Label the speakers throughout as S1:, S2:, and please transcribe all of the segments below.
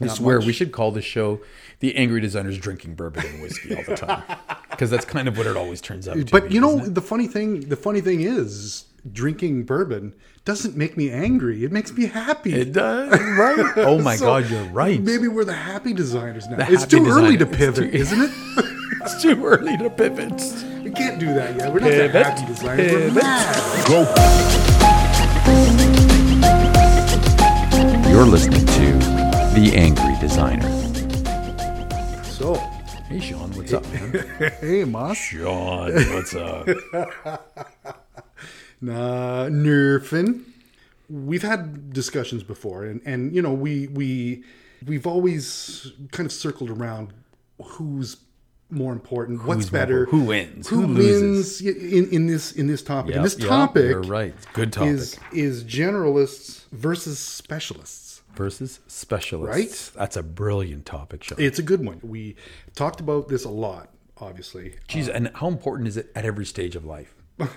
S1: I swear we should call this show "The Angry Designers Drinking Bourbon and Whiskey All the Time" because that's kind of what it always turns out. To
S2: But
S1: be,
S2: you know
S1: isn't it?
S2: the funny thing. The funny thing is, drinking bourbon doesn't make me angry. It makes me happy.
S1: it does, right? Oh my
S2: So,
S1: God, you're right.
S2: Maybe we're the happy designers now.
S1: The
S2: it's
S1: happy
S2: too early to
S1: designer. It's
S2: pivot,
S1: too-
S2: isn't it?
S1: It's too early to pivot.
S2: we can't do that yet. We're not the
S1: Pivot.
S2: happy designers. We're
S1: Pivot.
S2: mad.
S3: Go.
S4: You're listening to The Angry Designer.
S2: So,
S1: Hey, Sean, what's up? man?
S2: hey, Moss.
S1: Sean, what's up?
S2: Nah, nerfing. Uh, We've had discussions before, and and you know we we we've always kind of circled around who's more important, what's
S1: Who's more-
S2: better,
S1: who wins,
S2: who,
S1: who
S2: wins
S1: loses.
S2: in in this in this topic. and
S1: Yep,
S2: this
S1: yep,
S2: topic,
S1: You're right. It's a Good topic.
S2: is is generalists versus specialists.
S1: Versus specialists.
S2: Right?
S1: That's a brilliant topic, Sean.
S2: It's a good one. We talked about this a lot, obviously.
S1: Geez, and how important is it at every stage of life?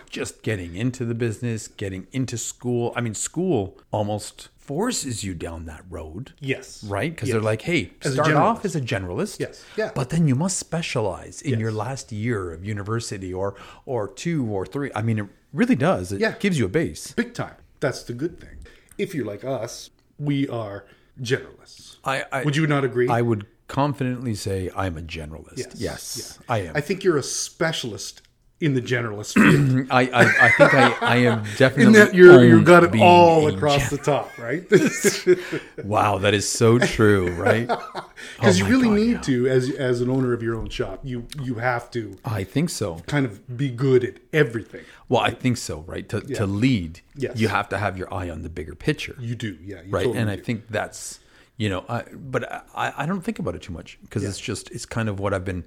S1: Just getting into the business, getting into school. I mean, school almost forces you down that road.
S2: Yes.
S1: Right? Because
S2: Yes.
S1: they're like, hey,
S2: As a
S1: start off
S2: generalist.
S1: as a generalist.
S2: Yes. Yeah.
S1: But then you must specialize in your
S2: Yes.
S1: last year of university or or two or three. I mean, it really does. It
S2: Yeah.
S1: gives you a base.
S2: Big time. That's the good thing. If you're like us, we are generalists.
S1: I, I
S2: Would you not agree?
S1: I would confidently say I'm a generalist. Yes. I am.
S2: I think you're a specialist in the generalist field.
S1: I, I, I think I, I am definitely.
S2: in that you're, you
S1: owned
S2: got it
S1: being
S2: all
S1: a
S2: across the top, right? Because
S1: Wow, that is so true, right?
S2: you
S1: Oh my
S2: really
S1: God,
S2: need
S1: yeah.
S2: to, as as an owner of your own shop, you you have to
S1: I think so.
S2: kind of be good at everything.
S1: Well, I think so, right? To, to lead,
S2: Yes.
S1: you have to have your eye on the bigger picture,
S2: You do, yeah. You
S1: right?
S2: totally
S1: and I
S2: do.
S1: think that's, you know, I, but I, I don't think about it too much because it's just, it's kind of what I've been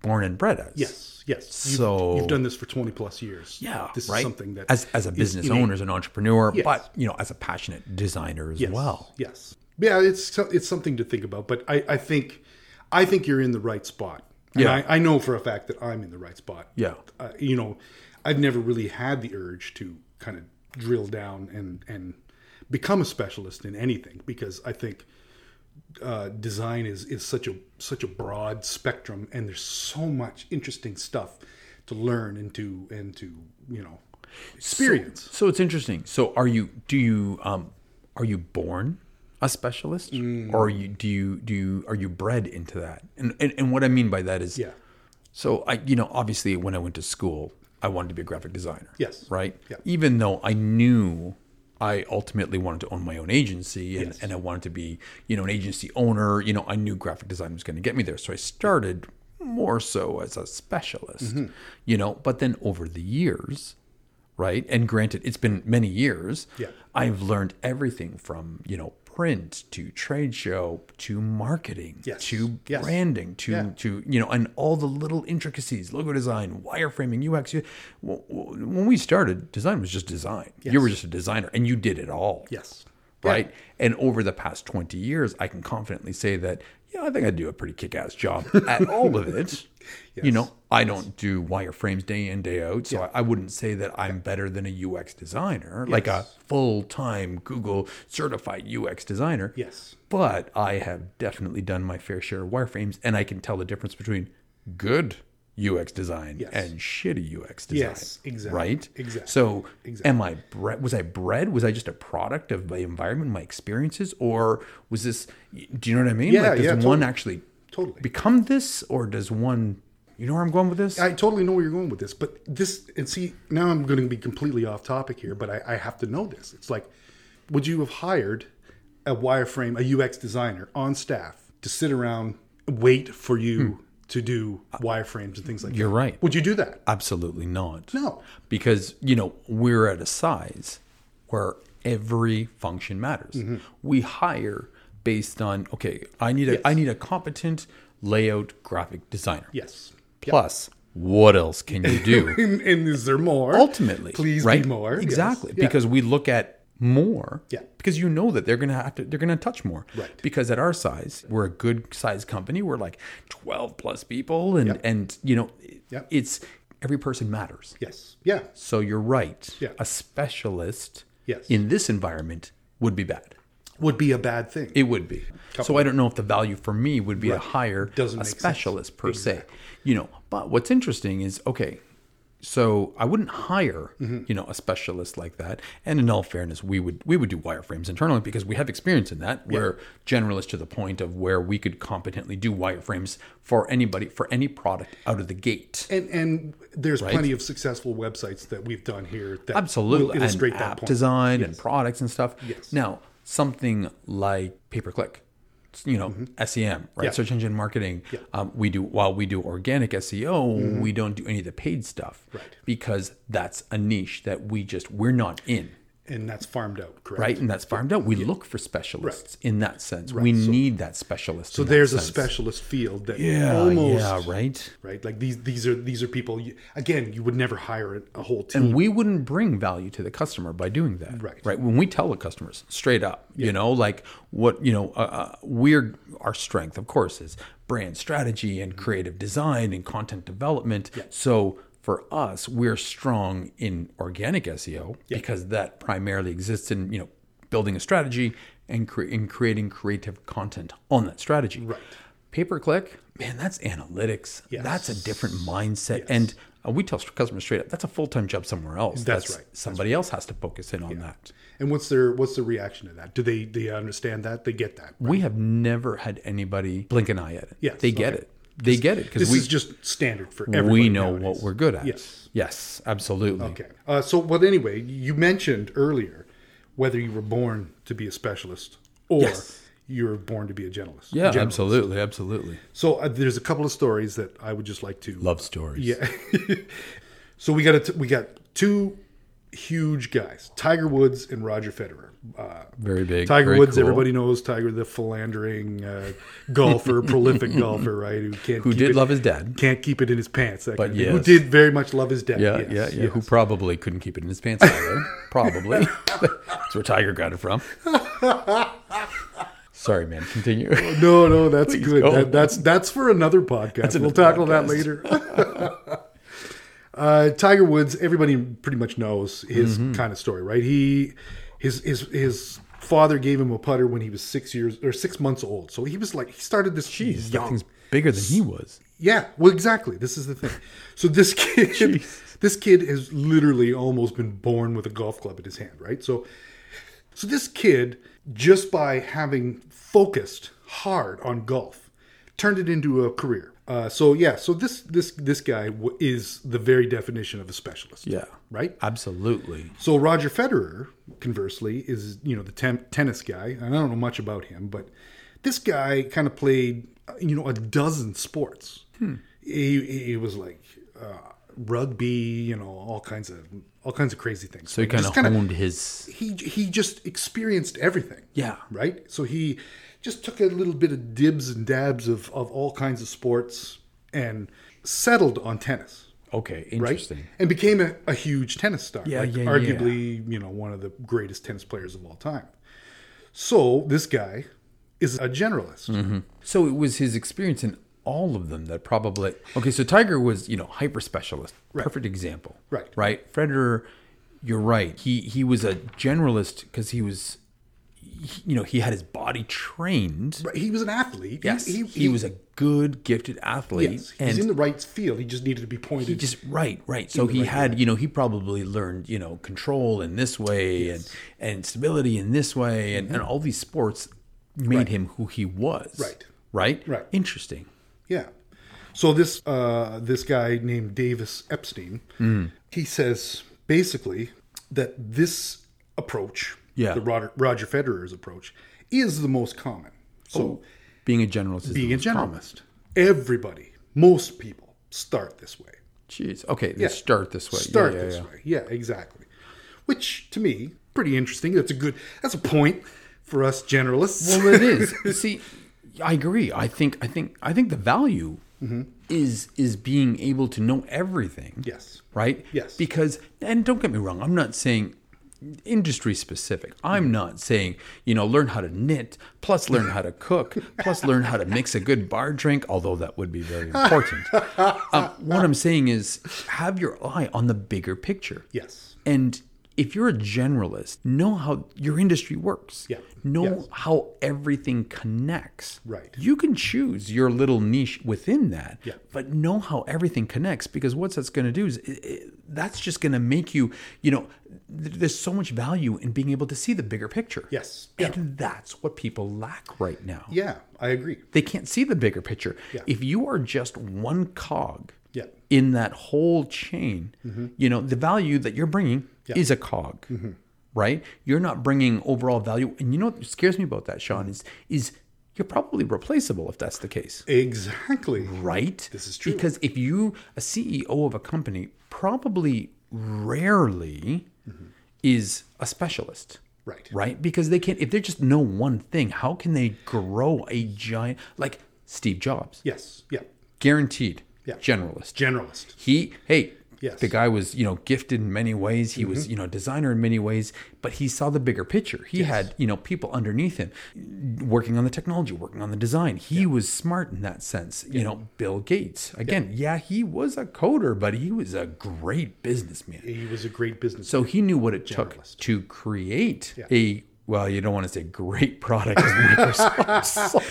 S1: born and bred as.
S2: Yes, yes. You've-
S1: So-
S2: you've, done this for twenty plus years.
S1: Yeah,
S2: this
S1: right?
S2: is something that
S1: as, as a
S2: is
S1: business
S2: innate.
S1: owner, as an entrepreneur,
S2: Yes.
S1: but, you know, as a passionate designer as
S2: Yes,
S1: well.
S2: Yes, yeah. It's so- it's something to think about, but I, I think I think you're in the right spot. And
S1: Yeah.
S2: I, I know for a fact that I'm in the right spot.
S1: Yeah.
S2: uh, you know, I've never really had the urge to kind of drill down and and become a specialist in anything because I think uh, design is is such a such a broad spectrum, and there's so much interesting stuff to learn and to and to you know experience.
S1: So it's interesting. So are you do you um are you born a specialist
S2: Mm.
S1: or are you do you do you are you bred into that? And and, and what I mean by that is
S2: yeah,
S1: so I you know obviously when I went to school I wanted to be a graphic designer.
S2: Yes.
S1: Right?
S2: Yeah.
S1: Even though I knew I ultimately wanted to own my own agency and, and I wanted to be, you know, an agency owner, you know, I knew graphic design was going to get me there. So I started more so as a specialist,
S2: Mm-hmm.
S1: you know, but then over the years, right? And granted, it's been many years.
S2: Yeah.
S1: I've learned everything from, you know, print to trade show to marketing
S2: Yes.
S1: to
S2: Yes.
S1: branding to
S2: Yeah.
S1: to you know and all the little intricacies logo design wireframing UX you- w- w- when we started design was just design you were just a designer and you did it all
S2: yes,
S1: right and over the past 20 years I can confidently say that yeah I think I do a pretty kick-ass job at all of it you know I don't do wireframes day in day out so I, I wouldn't say that I'm better than a UX designer like a full-time Google certified UX designer
S2: yes.
S1: but I have definitely done my fair share of wireframes, and I can tell the difference between good UX design
S2: Yes.
S1: and shitty UX design.
S2: Yes, exactly,
S1: Right.
S2: exactly,
S1: So,
S2: exactly.
S1: am I bred? Was I bred? Was I just a product of my environment, my experiences, or was this? Do you know what I mean?
S2: Yeah,
S1: does
S2: yeah,
S1: one
S2: totally.
S1: actually
S2: Totally.
S1: become this, or does one? You know where I'm going with this?
S2: I totally know where you're going with this, but this and see now I'm going to be completely off topic here, but I, I have to know this. It's like, would you have hired a wireframe, a UX designer on staff to sit around and wait for you to do wireframes and things like
S1: Hmm. You're
S2: that?
S1: right.
S2: Would you do that?
S1: Absolutely not.
S2: No.
S1: because you know we're at a size where every function matters.
S2: Mm-hmm.
S1: We hire based on okay, I need a I need a competent layout graphic designer.
S2: Yes.
S1: Plus, what else can you do?
S2: And, and is there more?
S1: Ultimately,
S2: please
S1: right?
S2: be more. Yes.
S1: Exactly,
S2: Yeah.
S1: because we look at more.
S2: Yeah.
S1: Because you know that they're gonna have to they're gonna touch more.
S2: Right.
S1: Because at our size, we're a good size company. We're like twelve plus people, and and you know,
S2: Yep.
S1: it's every person matters.
S2: yes, yeah,
S1: So you're right.
S2: Yeah.
S1: A specialist
S2: Yes.
S1: in this environment would be bad.
S2: would be a bad thing.
S1: It would be. So I don't know if the value for me would be a higher
S2: Doesn't
S1: a
S2: make sense.
S1: specialist per se. You know, but what's interesting is okay. So I wouldn't hire,
S2: Mm-hmm.
S1: you know, a specialist like that. And in all fairness, we would we would do wireframes internally because we have experience in that. We're generalists to the point of where we could competently do wireframes for anybody for any product out of the gate.
S2: and and there's plenty of successful websites that we've done here that
S1: Absolutely,
S2: will illustrate
S1: and
S2: that
S1: app
S2: point.
S1: design and products and stuff.
S2: Yes.
S1: Now, something like pay per click, you know, SEM, right?
S2: Mm-hmm. Yeah.
S1: Search engine marketing. Um, we do while we do organic SEO,
S2: Mm-hmm.
S1: we don't do any of the paid stuff, right? Because that's a niche that we just we're not in,
S2: and that's farmed out, correct?
S1: right? And that's farmed out. We look for specialists in that sense. We need that specialist.
S2: So there's a specialist field that almost
S1: yeah, right.
S2: right? Like these these are these are people you, again you would never hire a- a whole team.
S1: we wouldn't bring value to the customer by doing that
S2: Right.
S1: right when we tell the customers straight up you know like what you know uh, uh, we're our strength of course is brand strategy and creative design and content development so for us we're strong in organic seo because that primarily exists in you know building a strategy and cre- in creating creative content on that strategy right pay per click man that's analytics that's a different mindset and uh, we tell customers straight up that's a full-time job somewhere else
S2: That's right.
S1: somebody else has to focus in on that
S2: and what's their what's their reaction to that? Do they they understand that? They get that.
S1: we have never had anybody blink an eye at it
S2: Yes,
S1: they get
S2: okay.
S1: it they get it because
S2: This
S1: we
S2: is just standard for everybody.
S1: we know
S2: nowadays.
S1: what we're good at
S2: Yes.
S1: yes absolutely
S2: Okay. Uh, so, but anyway, you mentioned earlier whether you were born to be a specialist or
S1: Yes.
S2: you were born to be a generalist.
S1: yeah
S2: General.
S1: absolutely absolutely
S2: So uh, there's a couple of stories that I would just like to
S1: love stories yeah
S2: So we got a t- we got two huge guys, Tiger Woods and Roger Federer. Uh,
S1: very big
S2: Tiger
S1: very
S2: Woods,
S1: cool.
S2: everybody knows Tiger, the philandering uh, golfer, prolific golfer, right? Who can't
S1: who
S2: keep
S1: did
S2: it-
S1: love his dad
S2: can't keep it in his pants. That kind of thing. who
S1: yes.
S2: did very much love his dad.
S1: yeah,
S2: yes,
S1: yeah, yeah.
S2: yes.
S1: Who probably couldn't keep it in his pants either. probably. That's where Tiger got it from. Sorry, man. Continue.
S2: No, no, that's good.
S1: go.
S2: That, that's that's for another podcast. we'll tackle that later. uh, Tiger Woods, everybody pretty much knows his
S1: Mm-hmm.
S2: kind of story, right? He, his his his father gave him a putter when he was six years or six months old. So he was like he started this
S1: Jeez, that
S2: young.
S1: thing's bigger than he was.
S2: Yeah, well, exactly. This is the thing. So this kid, this kid has literally almost been born with a golf club in his hand, right? So, so this kid, just by having focused hard on golf, turned it into a career. Uh, so yeah, so this this this guy w- is the very definition of a specialist.
S1: Yeah.
S2: Right.
S1: Absolutely.
S2: So Roger Federer, conversely, is you know the ten- tennis guy, and I don't know much about him, but this guy kind of played uh, you know a dozen sports.
S1: Hmm.
S2: He, he- he was like uh, rugby, you know, all kinds of all kinds of crazy things.
S1: So he kind of honed his.
S2: he he just experienced everything.
S1: Yeah.
S2: Right. So he just took a little bit of dibs and dabs of of all kinds of sports and settled on tennis
S1: Okay.
S2: right?
S1: Interesting.
S2: And became a, a huge tennis star.
S1: Yeah,
S2: like
S1: yeah,
S2: arguably, you know, one of the greatest tennis players of all time. So this guy is a generalist.
S1: Mm-hmm. So it was his experience in all of them that probably. Okay. So Tiger was, you know, hyper specialist. Perfect example.
S2: Right.
S1: Right. Federer, you're right. He he was a generalist because he was, he- you know, he had his body trained.
S2: But he was an athlete.
S1: Yes, he, was a good, gifted athlete,
S2: yes, he's
S1: and
S2: in the right field. He just needed to be pointed.
S1: he just right, right. So he had, you know, he probably learned, you know, control in this way, and and stability in this way, and, and all these sports made him who he was.
S2: Right.
S1: right,
S2: Right.
S1: Interesting.
S2: Yeah. So this uh, this guy named Davis Epstein,
S1: Mm.
S2: he says basically that this approach,
S1: Yeah.
S2: the Roger, Roger Federer's approach, is the most common. So
S1: Oh, Being a generalist, is
S2: being a
S1: the most common.
S2: generalist. Everybody, most people start this way.
S1: Jeez. Okay, they start this way. Yeah,
S2: Start
S1: yeah,
S2: this
S1: yeah.
S2: way. Yeah, exactly. Which to me, pretty interesting. That's a good. That's a point for us generalists.
S1: Well, it is. You See, I agree. I think, I think, I think the value is is being able to know everything.
S2: yes.
S1: right?
S2: Yes.
S1: Because, and don't get me wrong, I'm not saying industry specific. I'm not saying, you know, learn how to knit, plus learn how to cook, plus learn how to mix a good bar drink, although that would be very important. um, what I'm saying is have your eye on the bigger picture.
S2: Yes.
S1: And if you're a generalist, know how your industry works.
S2: Yeah.
S1: Know
S2: Yes.
S1: how everything connects.
S2: Right.
S1: You can choose your little niche within that,
S2: Yeah.
S1: but know how everything connects because what's that's going to do is it, it, that's just going to make you, you know, th- there's so much value in being able to see the bigger picture.
S2: Yes. Yeah.
S1: And that's what people lack right now.
S2: Yeah, I agree.
S1: They can't see the bigger picture.
S2: Yeah.
S1: If you are just one cog,
S2: Yeah. Mm-hmm.
S1: in that whole chain, you know, the value that you're bringing is a cog, right? You're not bringing overall value. And you know what scares me about that, Sean, is is you're probably replaceable if that's the case,
S2: Exactly.
S1: Mm-hmm. right?
S2: This is true.
S1: Because if you a CEO of a company, probably rarely
S2: Mm-hmm.
S1: is a specialist.
S2: Right.
S1: Right? Because they can't if they just know one thing, how can they grow a giant like Steve Jobs?
S2: Yes. Yeah.
S1: Guaranteed.
S2: Yeah.
S1: Generalist
S2: Generalist.
S1: he hey
S2: Yes. Mm-hmm.
S1: the guy was you know gifted in many ways he was you know designer in many ways but he saw the bigger picture he had you know people underneath him working on the technology working on the design he was smart in that sense you know bill gates again yeah he was a coder but he was a great businessman
S2: He was a great business.
S1: so he knew what it took to create a well, you don't want to say great product. 'cause Microsoft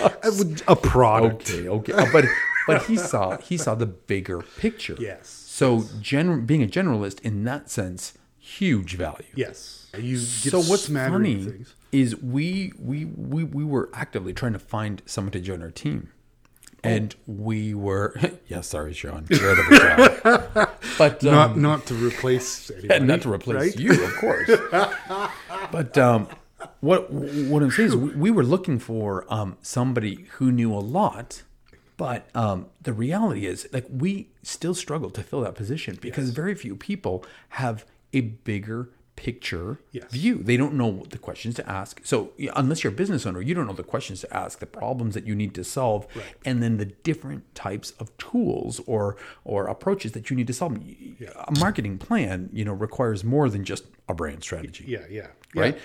S1: sucks.
S2: a product.
S1: Okay, okay, Uh, but but he saw he saw the bigger picture.
S2: Yes.
S1: So general being a generalist in that sense, huge value.
S2: Yes. You get
S1: So what's
S2: smattering
S1: funny
S2: of things.
S1: is we, we we we were actively trying to find someone to join our team,
S2: Oh.
S1: and we were yeah sorry Sean, Incredible job. but um,
S2: Not not to replace anybody.
S1: and not to replace
S2: right?
S1: you, of course. but um, what what I'm saying is, we, we were looking for um, somebody who knew a lot, but um, the reality is, like, we still struggle to fill that position because very few people have a bigger picture
S2: Yes.
S1: view. They don't know what the questions to ask. So yeah, unless you're a business owner, you don't know the questions to ask, the problems that you need to solve, and then the different types of tools or or approaches that you need to solve. Y- A marketing plan, you know, requires more than just a brand strategy,
S2: Yeah, yeah. Yeah.
S1: right?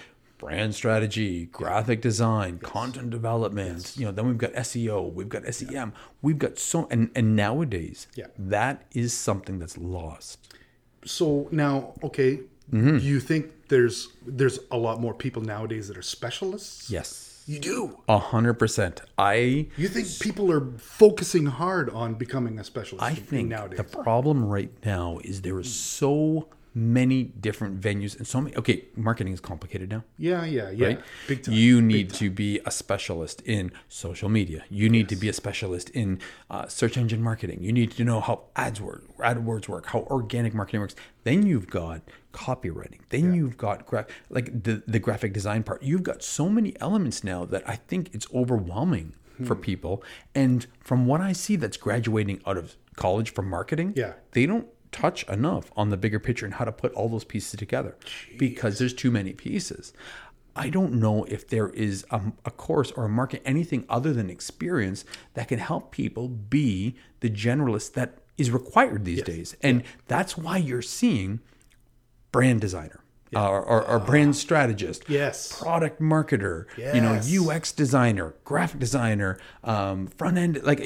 S1: Brand strategy, graphic design, content development. You know, then we've got SEO, we've got SEM, we've got so and and nowadays,
S2: Yeah.
S1: that is something that's lost.
S2: So now, okay,
S1: Mm-hmm.
S2: do you think there's there's a lot more people nowadays that are specialists?
S1: Yes,
S2: You do.
S1: a hundred percent. I
S2: You think people are focusing hard on becoming a specialist
S1: I
S2: in-
S1: think
S2: nowadays? Hmm.
S1: the problem right now is there is so many different venues and so many. Okay, marketing is complicated now.
S2: yeah, yeah, yeah.
S1: Right?
S2: Big time.
S1: You need to be a specialist in social media. You need to be a specialist in uh, search engine marketing. You need to know how ads work, AdWords work, how organic marketing works. Then you've got copywriting. Then you've got gra- like the the graphic design part. You've got so many elements now that I think it's overwhelming for
S2: Hmm.
S1: people. And from what I see, that's graduating out of college from marketing.
S2: Yeah.
S1: they don't touch enough on the bigger picture and how to put all those pieces together because there's too many pieces. I don't know if there is a, a course or a market, anything other than experience that can help people be the generalist that is required these days. And that's why you're seeing brand designer uh, or, or, or brand strategist,
S2: Yes.
S1: product marketer,
S2: Yes.
S1: you know, UX designer, graphic designer, um, front end. Like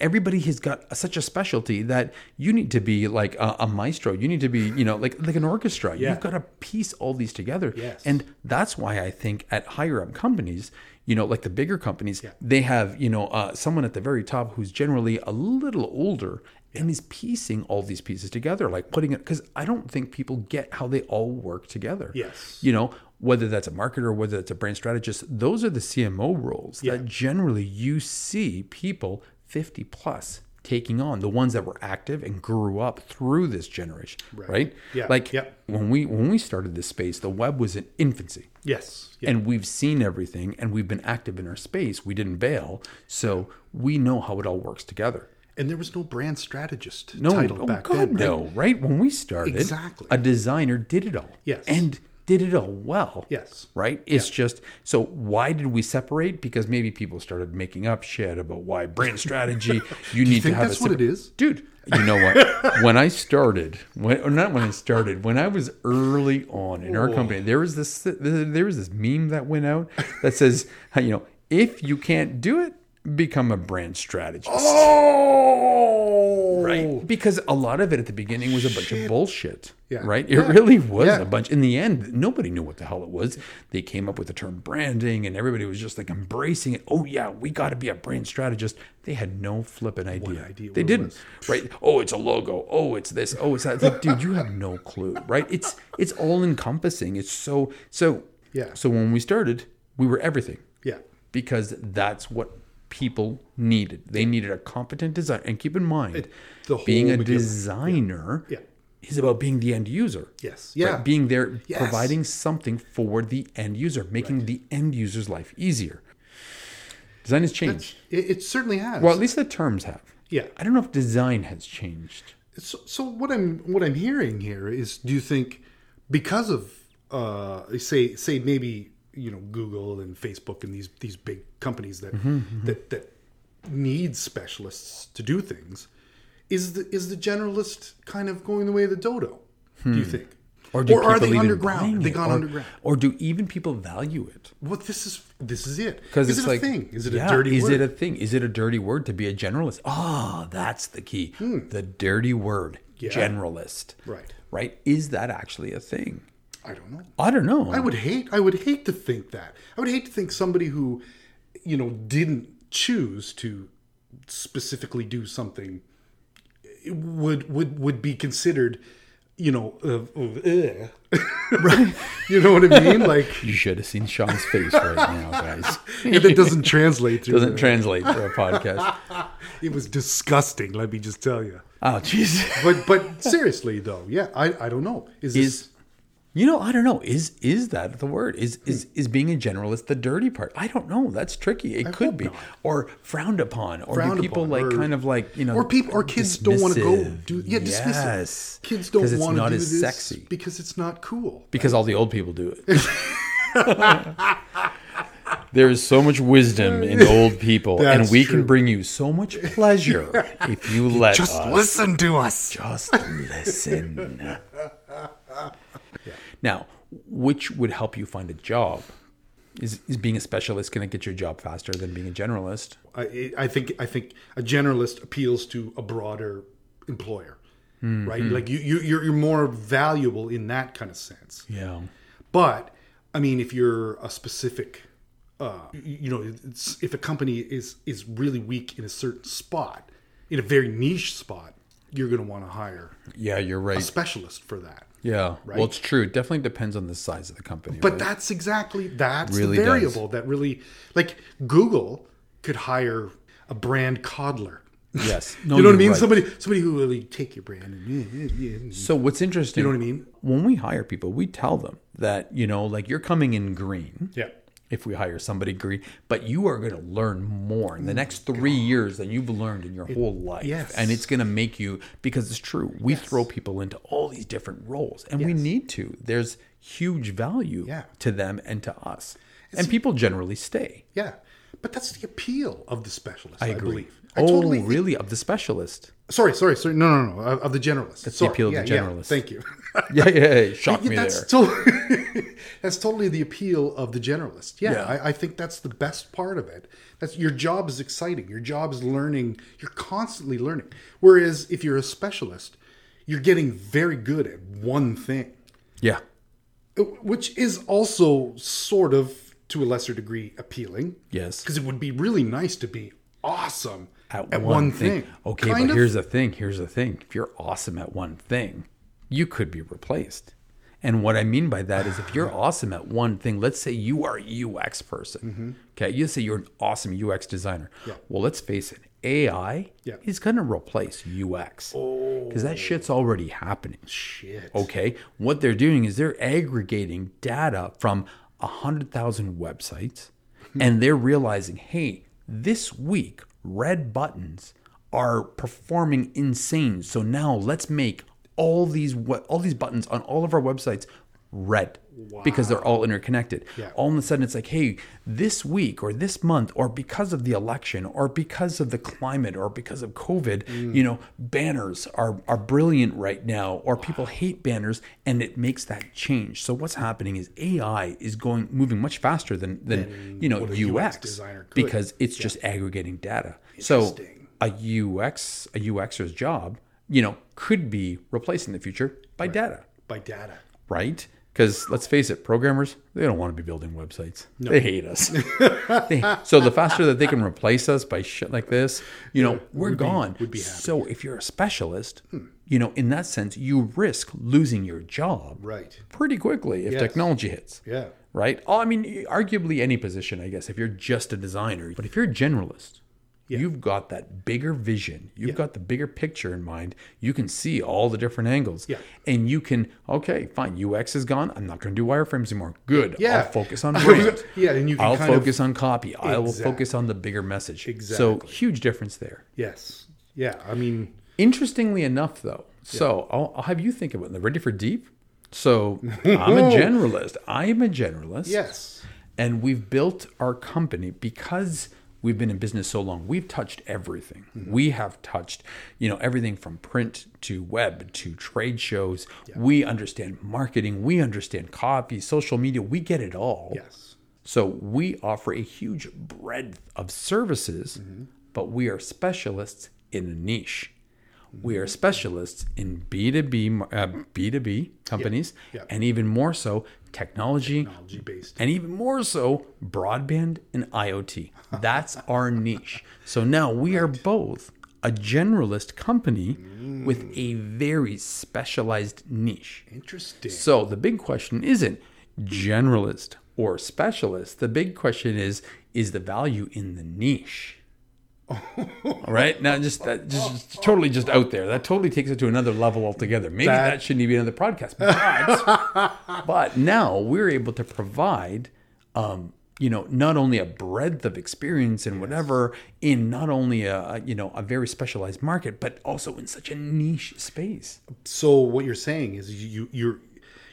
S1: everybody has got such a specialty that you need to be like a, a maestro. You need to be, you know, like like an orchestra. You've got to piece all these together.
S2: Yes.
S1: And that's why I think at higher up companies, you know, like the bigger companies, they have, you know, uh, someone at the very top who's generally a little older and is piecing all these pieces together, like putting it, because I don't think people get how they all work together.
S2: Yes.
S1: You know, whether that's a marketer, whether that's a brand strategist, those are the CMO roles that generally you see people 50 plus taking on the ones that were active and grew up through this generation right,
S2: Yeah.
S1: like
S2: Yep.
S1: when we when we started this space the web was in infancy
S2: yes. Yeah.
S1: and we've seen everything and we've been active in our space we didn't bail so we know how it all works together
S2: And there was no brand strategist
S1: no
S2: title
S1: oh
S2: back
S1: god
S2: then. right?
S1: no right when we started
S2: Exactly.
S1: a designer did it all
S2: Yes.
S1: and did it all well
S2: Yes.
S1: right? It's just so why did we separate? Because maybe people started making up shit about why brand strategy. You need to
S2: think
S1: have
S2: that's
S1: a
S2: what
S1: separ-
S2: it is?
S1: dude. You know what? when I started, when or not when I started, when I was early on in our company, there was this there was this meme that went out that says, you know, if you can't do it, become a brand strategist.
S2: Oh,
S1: right? Because a lot of it at the beginning was a bunch of bullshit,
S2: Yeah.
S1: right? It
S2: Yeah.
S1: really was
S2: Yeah.
S1: a bunch. In the end, nobody knew what the hell it was. They came up with the term branding, and everybody was just like embracing it. Oh yeah, we got to be a brand strategist. They had no flippin' idea.
S2: idea
S1: they
S2: what it
S1: didn't, right? Oh, it's a logo. Oh, it's this. Oh, it's that. It's like, dude, you have no clue, right? It's it's all encompassing. It's so so.
S2: Yeah.
S1: So when we started, we were everything
S2: Yeah.
S1: because that's what people needed. They needed a competent design. And keep in mind,
S2: the whole
S1: being a
S2: material-
S1: designer
S2: Yeah.
S1: is about being the end user.
S2: Yes. Yeah.
S1: Right? Being there,
S2: Yes.
S1: providing something for the end user, making the end user's life easier. Design has changed.
S2: It, it certainly has.
S1: well, at least the terms have.
S2: Yeah.
S1: I don't know if design has changed.
S2: So, so what I'm what I'm hearing here is, do you think because of uh, say say maybe you know Google and Facebook and these these big companies that
S1: Mm-hmm,
S2: that that need specialists to do things, is the is the generalist kind of going the way of the dodo? Do
S1: Hmm.
S2: you think? are
S1: people
S2: they
S1: even
S2: underground?
S1: buying
S2: Have they
S1: it?
S2: gone
S1: or,
S2: underground.
S1: Or do even people value it?
S2: What this is this is it?
S1: Because
S2: is
S1: it's
S2: it a
S1: like,
S2: thing? Is it
S1: yeah,
S2: a dirty
S1: Is
S2: word?
S1: it a thing? Is it a dirty word to be a generalist? Ah, that's the key. The dirty word, generalist.
S2: Hmm. Right.
S1: Right? Is that actually a thing?
S2: I don't know.
S1: I don't know.
S2: I would hate. I would hate to think that. I would hate to think somebody who, you know, didn't choose to specifically do something eh, would would would be considered, you know, uh, uh, right? You know what I mean? Like
S1: You should have seen Sean's face right now, guys.
S2: that doesn't translate. Through
S1: Doesn't
S2: the-
S1: translate for a podcast.
S2: it was disgusting. Let me just tell you.
S1: Oh, jeez.
S2: But but seriously though, yeah, I I don't know. Is this,
S1: Is you know, I don't know. Is is that the word? Is
S2: Hmm.
S1: is is being a generalist the dirty part? I don't know. That's tricky. It could
S2: hope
S1: be,
S2: not.
S1: or frowned upon, or
S2: Frowned
S1: do people
S2: upon,
S1: like
S2: or-
S1: kind of like you know,
S2: or people or kids don't want to go
S1: dismissive.
S2: do yeah dismissive.
S1: Yes. 'Cause
S2: Kids don't
S1: it's
S2: want to
S1: not
S2: do
S1: as
S2: this
S1: sexy.
S2: because it's not cool.
S1: because all the old people do it. there is so much wisdom in old people, and
S2: That's
S1: we
S2: true.
S1: can bring you so much pleasure if you let
S2: Just
S1: us.
S2: listen to us.
S1: Just listen. Now, which would help you find a job? Is, is being a specialist going to get you a job faster than being a generalist?
S2: I, I think I think a generalist appeals to a broader employer,
S1: Hmm,
S2: right? Like you, you you're, you're more valuable in that kind of sense.
S1: Yeah.
S2: But I mean, if you're a specific, uh, you you know, it's, if a company is is really weak in a certain spot, in a very niche spot, you're going to want to hire
S1: Yeah, you're
S2: a
S1: right.
S2: specialist for that.
S1: yeah. Well, it's true. It definitely depends on the size of the company.
S2: But
S1: right?
S2: that's exactly that's
S1: Really
S2: the
S1: does.
S2: variable that really like Google could hire a brand coddler.
S1: yes. No,
S2: you know what I
S1: you're
S2: mean?
S1: right.
S2: Somebody, somebody who really take your brand and you
S1: So what's interesting? You
S2: know what I mean?
S1: When we hire people, we tell them that you know, like you're coming in green.
S2: Yeah.
S1: If we hire somebody green, but you are going to learn more in the next three years than you've learned in your whole life,
S2: Mm, yes.
S1: and it's going to make you because it's true. We throw people into all these different roles, and we need to. There's huge value
S2: Yeah.
S1: to them and to us, and people generally stay.
S2: yeah. But that's the appeal of the specialist. I,
S1: agree.
S2: believe. I
S1: oh,
S2: totally.
S1: really? Of the specialist?
S2: Sorry, sorry, sorry. No, no, no. Of of the generalist. That's
S1: the appeal of the generalist.
S2: thank you.
S1: Yeah, yeah. yeah. Shock
S2: Yeah,
S1: me
S2: that's
S1: there.
S2: to- that's totally the appeal of the generalist. Yeah,
S1: Yeah.
S2: I, I think that's the best part of it. That's your job is exciting. Your job is learning. You're constantly learning. Whereas if you're a specialist, you're getting very good at one thing.
S1: yeah.
S2: which is also sort of to a lesser degree appealing.
S1: Yes.
S2: because it would be really nice to be awesome
S1: at, one, thing. Okay,
S2: Kind
S1: but
S2: of.
S1: here's the thing. Here's the thing. If you're awesome at one thing, you could be replaced. And what I mean by that is if you're awesome at one thing, let's say you are a UX person. Okay, you say you're an awesome UX designer. Well, let's face it, AI
S2: Yeah.
S1: is going to replace UX. Because that shit's already happening.
S2: shit.
S1: Okay. What they're doing is they're aggregating data from 100,000 websites and they're realizing, hey, this week, red buttons are performing insane. So now let's make all these we- all these buttons on all of our websites red because they're all interconnected. All of a sudden it's like, hey, this week or this month or because of the election or because of the climate or because of COVID,
S2: Mm.
S1: you know, banners are are brilliant right now or people hate banners and it makes that change. So what's happening is AI is going moving much faster than than you know UX,
S2: designer could.
S1: because it's just aggregating data. So
S2: Interesting.
S1: a UX a UXer's job, you know, could be replaced in the future by data,
S2: by data.
S1: right? Because let's face it, programmers they don't want to be building websites. They hate us. They- so the faster that they can replace us by shit like this, you know, we're gone.
S2: would be happy. Hmm.
S1: so if you're a specialist, you know, in that sense, you risk losing your job
S2: Right.
S1: pretty quickly if technology hits
S2: Yeah.
S1: right? Oh, I mean, arguably any position, I guess, if you're just a designer. But if you're a generalist, you've got that bigger vision. You've got the bigger picture in mind. You can see all the different angles.
S2: Yeah.
S1: And you can, okay, fine, UX is gone. I'm not going to do wireframes anymore. Good.
S2: Yeah.
S1: I'll focus on brand.
S2: Yeah, and you can
S1: I'll
S2: kind of-
S1: focus on copy. I will
S2: Exact-
S1: focus on the bigger message. So
S2: Exactly.
S1: huge difference there.
S2: Yes. Yeah. I mean,
S1: Interestingly enough, though, so I'll, I'll have you think about it. Ready for deep? So I'm a generalist. I'm a generalist
S2: yes.
S1: and we've built our company because we've been in business so long we've touched everything
S2: Mm-hmm.
S1: we have touched you know everything from print to web to trade shows we understand marketing we understand copy social media we get it all
S2: Yes.
S1: so we offer a huge breadth of services,
S2: Mm-hmm.
S1: but we are specialists in a niche.
S2: Mm-hmm.
S1: We are specialists in B2B mar- uh, B2B companies
S2: Yeah.
S1: and even more so technology,
S2: Technology based.
S1: and even more so broadband and IoT. That's our niche. So now we are both a generalist company with a very specialized niche.
S2: Interesting.
S1: So the big question isn't generalist or specialist. The big question is is the value in the niche. All right, now just that just, just totally just out there. That totally takes it to another level altogether. Maybe that, shouldn't even be another podcast, but, but now we're able to provide, um, you know, not only a breadth of experience and whatever in not only a a, you know a very specialized market, but also in such a niche space.
S2: So what you're saying is you you're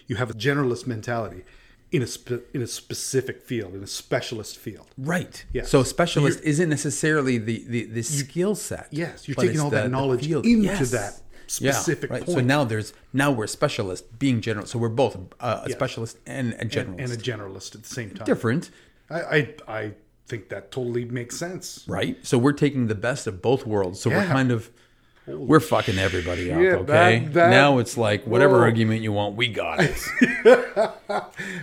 S2: you have a generalist mentality in a spe- in a specific field, in a specialist field.
S1: Right.
S2: Yes.
S1: So specialist isn't necessarily the the, the skill set.
S2: Yes, you're
S1: but
S2: taking
S1: it's
S2: all
S1: the-
S2: that
S1: the
S2: knowledge
S1: field.
S2: into
S1: Yes.
S2: that
S1: Yeah,
S2: specific
S1: right. So
S2: point
S1: now there's now we're specialist being general. So we're both uh, a specialist and a generalist.
S2: and a generalist at the same time.
S1: Different,
S2: I, I I think that totally makes sense.
S1: right? So we're taking the best of both worlds. So we're
S2: Yeah.
S1: kind of we're fucking everybody
S2: shit,
S1: up. Okay.
S2: that- that-
S1: now it's like whatever
S2: whoa.
S1: argument you want, we got it.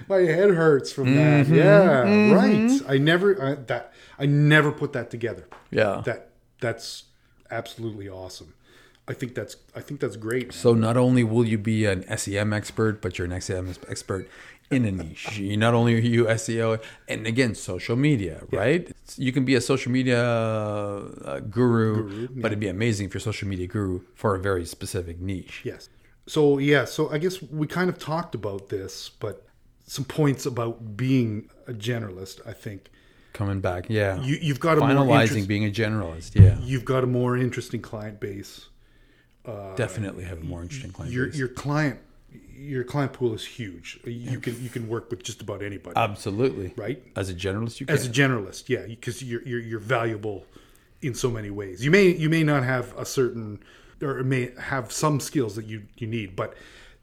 S2: My head hurts from that.
S1: Mm-hmm.
S2: Yeah, right. I never I, that I never put that together.
S1: Yeah.
S2: That that's absolutely awesome. I think that's I think that's great. man.
S1: So not only will you be an SEM expert, but you're an SEM expert in a niche. You not only are you SEO, and again, social media, right? It's- You can be a social media uh, guru, but it'd be amazing if you're a social media guru for a very specific niche.
S2: Yes. So yeah, so I guess we kind of talked about this, but some points about being a generalist. I think
S1: Coming back, yeah.
S2: you, you've got a more
S1: Finalizing
S2: interest-
S1: being a generalist, yeah.
S2: you've got a more interesting client base. Uh,
S1: Definitely have a more interesting client.
S2: Your
S1: base.
S2: your client your client pool is huge. You can you can work with just about anybody,
S1: Uh, Absolutely.
S2: right?
S1: As a generalist, you can.
S2: As a generalist, yeah, because you're, you're you're valuable in so many ways. You may you may not have a certain or may have some skills that you you need, but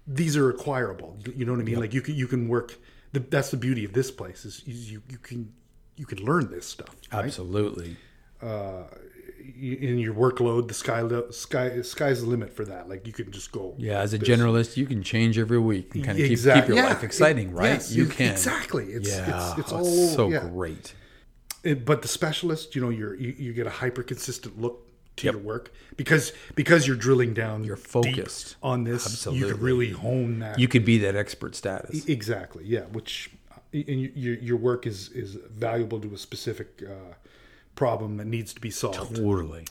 S2: these are acquirable. You- You know what I mean? Like you can you can work. The, that's the beauty of this place is is you you can you can learn this stuff.
S1: Absolutely.
S2: You- In your workload, the sky lo- sky sky's the limit for that. Like you can just go.
S1: Yeah, as a generalist, you can change every week and kind of keep, keep
S2: Exact-
S1: your
S2: yeah,
S1: life exciting,
S2: it-
S1: right?
S2: yes,
S1: you
S2: it-
S1: can.
S2: exactly. It's
S1: Yeah,
S2: it's, it's
S1: oh,
S2: all
S1: so
S2: yeah.
S1: great.
S2: It- but the specialist, you know, you're, you you get a hyper consistent look to your work because because you're drilling down, you're
S1: focused.
S2: on this. You could
S1: Absolutely.
S2: really hone that.
S1: You could be that expert status.
S2: exactly, yeah. Which and you- your your work is is valuable to a specific uh, problem that needs to be solved.
S1: Totally.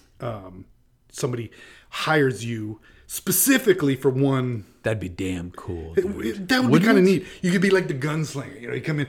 S2: Somebody hires you specifically for one.
S1: That'd be damn cool. dude.
S2: That would be kind of neat. You could be like the gunslinger. You know, you come in.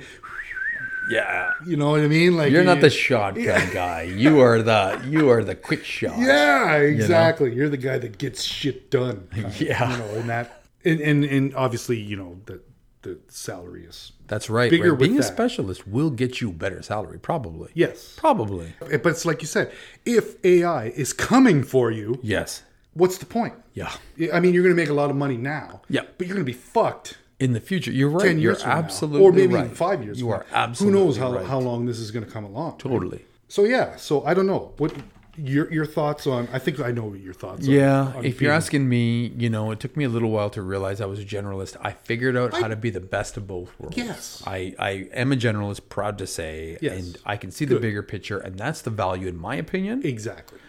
S1: Yeah.
S2: You know what I mean? Like
S1: You're
S2: you-
S1: not the shotgun guy. You are the you are the quick shot.
S2: Yeah, exactly. You are the guy that gets shit done. kind of,
S1: Yeah.
S2: you know, and that, and and, and obviously, you know, the the salary is
S1: That's right. right.
S2: Bigger with
S1: Being a
S2: that.
S1: specialist will get you better salary, probably.
S2: yes, Eh,
S1: Probably.
S2: but it's like you said, if AI is coming for you,
S1: Yes.
S2: what's the point?
S1: Yeah.
S2: I mean, you're going to make a lot of money now.
S1: Yeah.
S2: but you're going to be fucked.
S1: In the future, you're right.
S2: Ten
S1: you're
S2: years from now,
S1: absolutely
S2: or maybe
S1: right.
S2: even five years.
S1: You
S2: from
S1: are
S2: now.
S1: absolutely
S2: Who knows how,
S1: right.
S2: how long this is going to come along?
S1: totally.
S2: So yeah, so I don't know. What Your your thoughts on? I think I know what your thoughts.
S1: Yeah,
S2: on, on
S1: if you're
S2: being-
S1: asking me, you know, it took me a little while to realize I was a generalist. I figured out how to be the best of both worlds.
S2: Yes.
S1: I, I am a generalist, proud to say,
S2: Yes.
S1: and I can see
S2: Good.
S1: the bigger picture, and that's the value, in my opinion.
S2: exactly,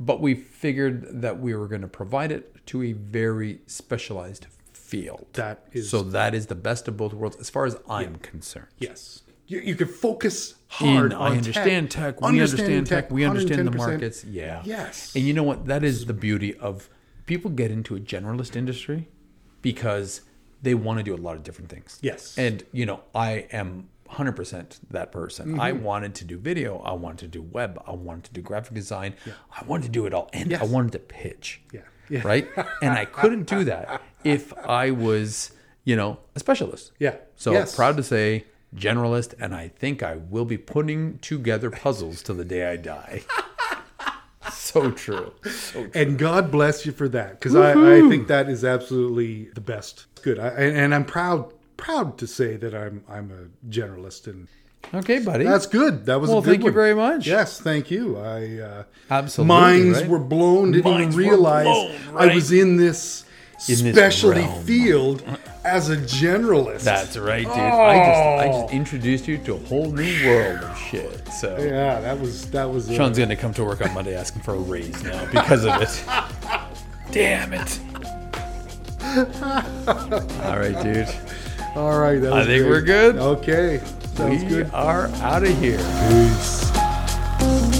S1: But we figured that we were going to provide it to a very specialized field.
S2: that is
S1: so that is the best of both worlds, as far as I'm concerned.
S2: yes. You, you can focus hard.
S1: In,
S2: on
S1: I understand tech. We understand tech. We understand the
S2: 110%.
S1: markets. Yeah.
S2: Yes.
S1: And you know what? That is the beauty of people get into a generalist industry because they want to do a lot of different things.
S2: Yes.
S1: And you know, I am 100% that person. I
S2: Mm-hmm.
S1: wanted to do video, I wanted to do web, I wanted to do graphic design. I wanted to do it all and I
S2: Yes.
S1: wanted to pitch.
S2: Yeah. Yeah.
S1: Right? and I couldn't do that if I was, you know, a specialist.
S2: Yeah.
S1: So
S2: Yes.
S1: proud to say generalist, and I think I will be putting together puzzles till the day I die. so true. So true.
S2: And God bless you for that, because I, I think that is absolutely the best. Good, I, and, and I'm proud proud to say that I'm I'm a generalist, and
S1: Okay, buddy.
S2: that's good. That was
S1: Well,
S2: A good
S1: thank you
S2: one.
S1: very much.
S2: Yes, thank you. I uh,
S1: Absolutely,
S2: minds
S1: right?
S2: were blown. Didn't
S1: Minds were
S2: even realize
S1: blown, right?
S2: I was in this
S1: In this
S2: specialty
S1: realm.
S2: field as a generalist.
S1: That's right, dude. I
S2: Oh.
S1: just I just introduced you to a whole new world of shit. So
S2: yeah. That was that was. uh,
S1: Sean's gonna come to work on Monday asking for a raise now because of it. Damn it. All right, dude.
S2: all right. That was
S1: think
S2: great.
S1: we're good.
S2: Okay, sounds
S1: we
S2: good.
S1: are out of here.
S2: Peace.